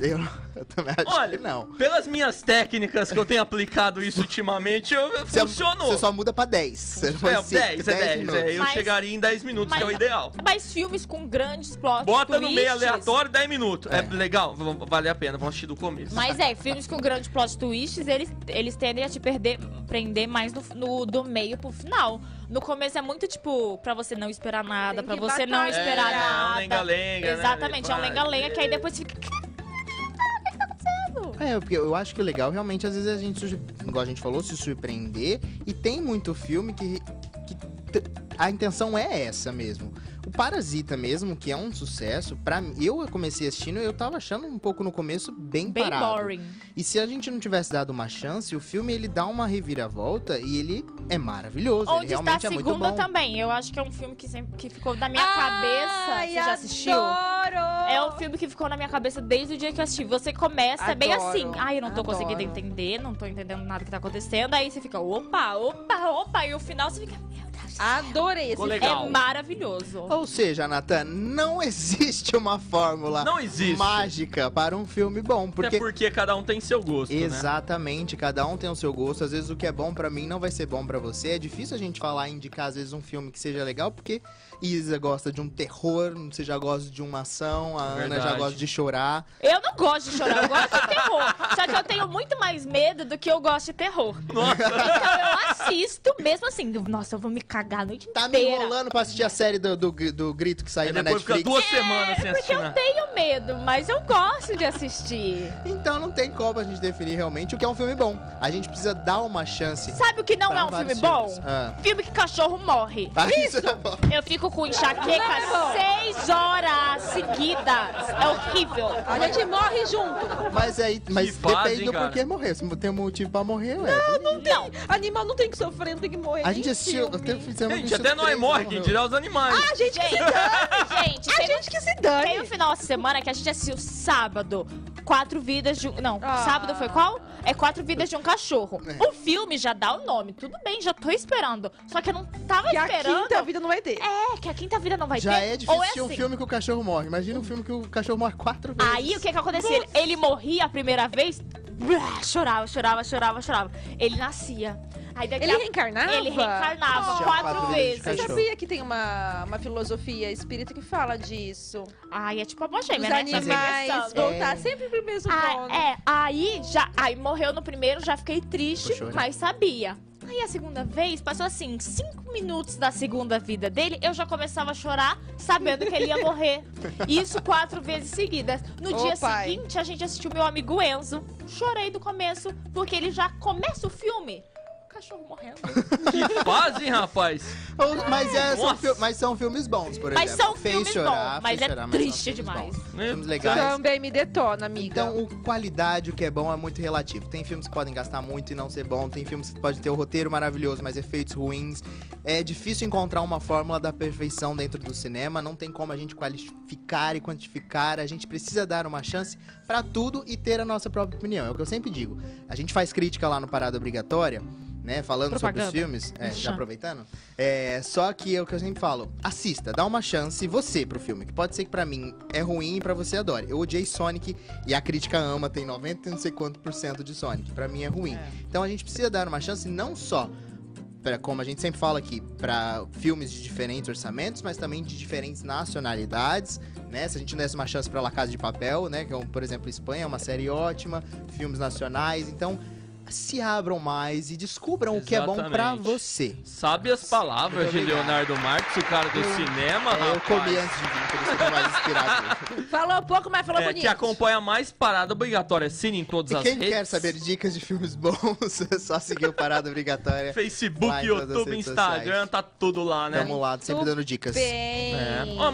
Eu, eu também acho
Olha,
que não.
pelas minhas técnicas que eu tenho aplicado isso ultimamente, eu,
Você- é-
funcionou.
Você só muda pra 10. Você não
é,
faz cinco,
10, é 10.
minutos.
É, eu
Mas-
chegaria em 10 minutos, que é o
mas-
ideal.
Mas filmes com grandes plot
Bota no
twists-
meio aleatório, 10 minutos. É,
É.
legal, v- vale a pena, vamos assistir do começo.
Mas é, filmes com grandes plot twists, eles, eles tendem a te perder, prender mais no, no- do meio pro final. No começo é muito tipo, pra você não esperar nada,
Tem
pra
que
você não
batalhar.
esperar
É, é um
nada.
lenga-lenga, né?
Exatamente, é um
Vai.
lenga-lenga que aí depois você fica. "Cara,
É, porque eu acho que o legal realmente, às vezes, é a gente, sur- igual a gente falou, se surpreender. E tem muito filme que, que t- a intenção é essa mesmo. O Parasita mesmo, que é um sucesso, pra mim, eu comecei assistindo e eu tava achando um pouco no começo bem,
Bem
parado.
boring.
E se a gente não tivesse dado uma chance, o filme ele dá uma reviravolta e ele é maravilhoso. ele
Onde está a
realmente é muito
segunda
bom.
também. Eu acho que é um filme que, sempre, que ficou na minha cabeça.
Ai,
Você já assistiu?
Adoro.
É um filme que ficou na minha cabeça desde o dia que eu assisti. Você começa bem
Adoro,
assim. Ai, eu não tô
adoro.
conseguindo entender, não tô entendendo nada que tá acontecendo. Aí você fica, opa, opa, opa. E o final você fica, meu Deus.
Adorei esse
Ficou
filme.
legal.
É maravilhoso.
Ou seja, Natan, não existe uma fórmula
Não existe.
mágica para um filme bom. Ah, Porque
Até porque cada um tem seu gosto, né?
Exatamente, cada um tem o seu gosto. Às vezes o que é bom pra mim não vai ser bom pra você. É difícil a gente falar, indicar às vezes um filme que seja legal, porque Isa gosta de um terror, você já gosta de uma ação, a Ana já
É Verdade.
gosta de chorar.
Eu não gosto de chorar, eu gosto de terror. Só que eu tenho muito mais medo do que eu gosto de terror.
Nossa,
Então eu assisto mesmo assim. Nossa, eu vou me cagar a noite
Tá me
inteira.
enrolando pra assistir a série do, do, do grito que saiu
aí
na
É, depois fica
Netflix.
duas semanas sem
É, Porque
assistir.
eu
né?
tenho medo, mas eu gosto de assistir.
Então não tem como a gente definir realmente o que é um filme bom. A gente precisa dar uma chance.
Sabe o que não
pra
é um filme
vários
bom?
filmes. Ah.
Filme que cachorro morre.
Ah, isso é bom.
Eu fico com enxaqueca seis horas seguidas. É horrível.
A gente morre junto.
Mas aí, mas
fase,
depende
hein,
do
cara?
porquê morrer. Se tem um motivo pra morrer, ué.
Não.
Animal não tem que sofrer, não tem que morrer.
A
nem
gente assistiu.
filme.
até fizemos
Gente,
Então isso
até nós
três,
morre,
não
quem
morreu.
dirá os animais.
A gente que
Gente,
se dane.
gente,
A
teve,
gente que se dane.
teve um final de semana que a gente assistiu sábado. Quatro vidas de um. Não,
Ah.
sábado foi qual? É quatro vidas de um cachorro.
É.
O filme já dá o nome, tudo bem, já tô esperando. Só que eu não tava
Que a
esperando.
quinta vida não vai ter.
É, que a quinta vida não vai
Já
ter.
é difícil
Ou
assistir um
assim,
filme que o cachorro morre. Imagina um filme que o cachorro morre quatro vezes.
Aí o que que acontecia? Ele morria a primeira vez, brá, chorava, chorava, chorava, chorava. Ele nascia. Aí daqui
Ele
a-
reencarnava?
Ele reencarnava
Assistia
quatro
quatro vezes de
vezes.
Você
Fechou.
sabia que tem uma, uma filosofia espírita que fala disso?
Ai, é tipo a
Os
gêmea, né? Tá
animais
pensando.
voltar sempre pro mesmo dono.
Ah, é, aí já, aí morreu no primeiro, já fiquei triste,
Puxou, né?
mas sabia. Aí a segunda vez, passou assim, cinco minutos da segunda vida dele, eu já começava a chorar, sabendo que ele ia morrer. Isso quatro vezes seguidas. No
Ô,
dia
pai.
seguinte, a gente assistiu meu amigo Enzo. Chorei do começo, porque ele já começa o filme cachorro morrendo.
Que faz, hein, rapaz?
Ou- Mas, é, são
Nossa.
fil- mas são filmes bons, por exemplo.
Mas são
é, Fez
filmes
chorar,
bons, mas
fez
é
chorar, são
triste
filmes
demais.
bons.
Né?
Filmes legais.
Também me detona, amiga.
Então, o qualidade, o que é bom, é muito relativo. Tem filmes que podem gastar muito e não ser bom. Tem filmes que podem ter o roteiro maravilhoso, mas efeitos ruins. É difícil encontrar uma fórmula da perfeição dentro do cinema. Não tem como a gente qualificar e quantificar. A gente precisa dar uma chance pra tudo e ter a nossa própria opinião. É o que eu sempre digo. A gente faz crítica lá no Parada Obrigatória, né? Falando
Propaganda.
sobre os filmes. É, já
Merchan.
aproveitando. É, só que é o que eu sempre falo. Assista, dá uma chance você pro filme. Que pode ser que pra mim é ruim e pra você adore. Eu odiei Sonic e a crítica ama, tem 90 e não sei quanto por cento de Sonic. Pra mim é ruim. Então a gente precisa dar uma chance não só para como a gente sempre fala aqui, pra filmes de diferentes orçamentos, mas também de diferentes nacionalidades, né? Se a gente não desse uma chance pra La Casa de Papel, né, que é um, por exemplo, Espanha, é uma série ótima, filmes nacionais. Então, se abram mais e descubram o que é bom pra
Exatamente.
você.
Sabe as palavras de
Muito obrigado.
Leonardo Marques, o cara do cinema,
É, eu
rapaz.
comi antes de vir, por isso que eu tô mais inspirado.
Falou pouco, mas falou
É,
bonito.
que acompanha mais parada obrigatória Cine em todas
e
as
quem
redes.
quer saber dicas de filmes bons, é só seguir o Parada Obrigatória.
Facebook,
Lá em todas as
YouTube,
redes
Instagram,
sociais.
tá tudo lá, né?
Tamo lá, sempre dando dicas.
Bem.
É. Ó,